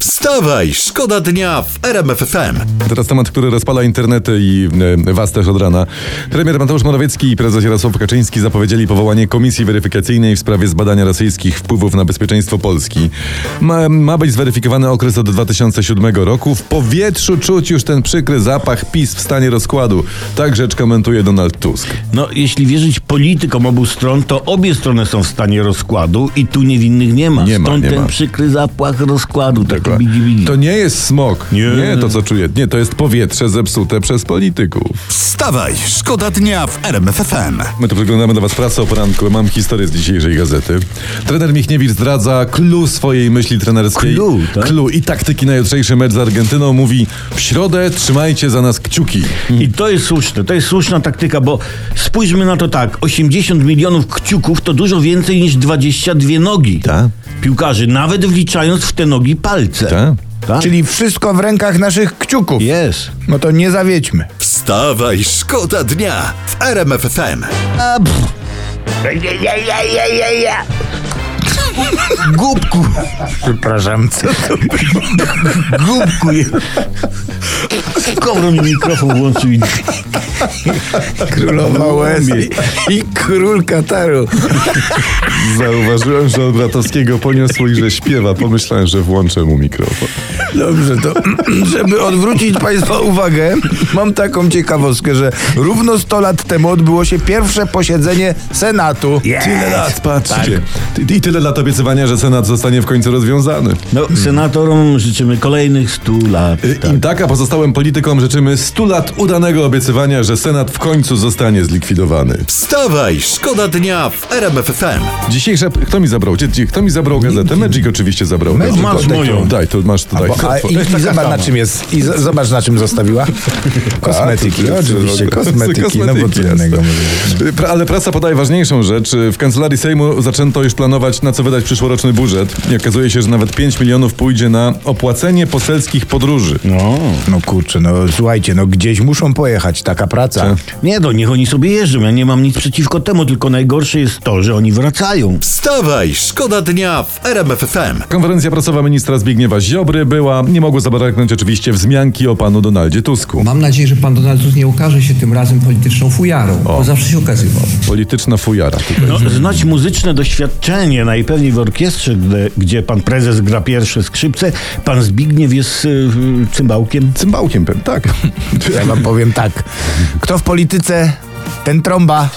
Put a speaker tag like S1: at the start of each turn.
S1: Wstawaj, szkoda dnia w RMF FM.
S2: Teraz temat, który rozpala internety i e, was też od rana. Premier Mateusz Morawiecki i prezes Jarosław Kaczyński zapowiedzieli powołanie komisji weryfikacyjnej w sprawie zbadania rosyjskich wpływów na bezpieczeństwo Polski. Ma, ma być zweryfikowany okres od 2007 roku. W powietrzu czuć już ten przykry zapach PiS w stanie rozkładu. Tak rzecz komentuje Donald Tusk.
S3: No, jeśli wierzyć politykom obu stron, to obie strony są w stanie rozkładu i tu niewinnych nie ma.
S2: Nie ma,
S3: Stąd
S2: nie
S3: ten
S2: ma.
S3: przykry zapłach rozkładu, taki
S2: Dokładnie.
S3: bidi-bidi.
S2: To nie jest smog.
S3: Nie.
S2: nie to, co czuję. Nie, to jest powietrze zepsute przez polityków.
S1: Wstawaj, szkoda dnia w RMF FM.
S2: My tu przeglądamy dla Was prasę o poranku. Mam historię z dzisiejszej gazety. Trener Michniewicz zdradza clue swojej myśli trenerskiej.
S3: Clue, tak?
S2: Clue i taktyki na jutrzejszy mecz z Argentyną. Mówi, w środę trzymajcie za nas kciuki.
S3: I to jest słuszne, to jest słuszna taktyka, bo spójrzmy na to tak, 80 milionów kciuków to dużo więcej niż 22 nogi.
S2: Tak.
S3: Piłkarzy, nawet wliczając w te nogi palce.
S2: Tak.
S3: Tak?
S4: Czyli wszystko w rękach naszych kciuków.
S3: Jest.
S4: No to nie zawiedźmy.
S1: Wstawaj, szkoda dnia w RMF FM.
S3: A, pff,
S4: Głupku. Przepraszam.
S3: głupku je. Kowron mi mikrofon włączył i...
S2: No,
S4: Królowa łez i król Kataru.
S2: Zauważyłem, że od Bratowskiego poniosło i że śpiewa. Pomyślałem, że włączę mu mikrofon.
S4: Dobrze, to żeby odwrócić Państwa uwagę, mam taką ciekawostkę, że równo 100 lat temu odbyło się pierwsze posiedzenie Senatu.
S2: Tyle lat, patrzcie. I tyle lat obiecywania, że Senat zostanie w końcu rozwiązany.
S3: No, senatorom życzymy kolejnych 100 lat.
S2: Y, Im tak, a pozostałym politykom życzymy 100 lat udanego obiecywania, że Senat w końcu zostanie zlikwidowany.
S1: Wstawaj, szkoda dnia w RMF FM.
S2: Dzisiejsza. Kto mi zabrał? Dzie- dzie- Kto mi zabrał gazetę? Magic oczywiście zabrał.
S4: Magic,
S2: gazetę.
S4: Masz moją.
S2: Daj, Tak. to masz tutaj.
S4: Bo, a, i, I zobacz na czym jest. I z, zobacz na czym zostawiła. Kosmetyki,
S2: A, Tak, to-
S4: oczywiście,
S2: to- to-
S4: kosmetyki. No bo co
S2: kosmetyki,
S4: innego no.
S2: jasne.
S4: może być.
S2: Pra- Ale prasa podaje ważniejszą rzecz. W kancelarii Sejmu zaczęto już planować, na co wydać przyszłoroczny budżet. I okazuje się, że nawet 5 milionów pójdzie na opłacenie poselskich podróży.
S4: No kurczę, no słuchajcie, no gdzieś muszą pojechać, taka
S2: Tak.
S4: praca.
S3: Nie, no niech oni sobie jeżdżą. Ja nie mam nic przeciwko temu, tylko najgorsze jest to, że oni wracają.
S1: Wstawaj, szkoda dnia w RMF FM.
S2: Konferencja prasowa ministra Zbigniewa Ziobry była. Nie mogło zabraknąć oczywiście wzmianki o panu Donaldzie Tusku.
S5: Mam nadzieję, że pan Donald Tusk nie ukaże się tym razem polityczną fujarą, bo zawsze się ukazywał.
S2: Polityczna fujara tutaj.
S3: No, znać muzyczne doświadczenie, najpewniej w orkiestrze, gdy, gdzie pan prezes gra pierwsze skrzypce, pan Zbigniew jest y, cymbałkiem.
S2: Cymbałkiem pewnie, tak.
S4: Ja wam powiem tak. Kto w polityce, ten trąba.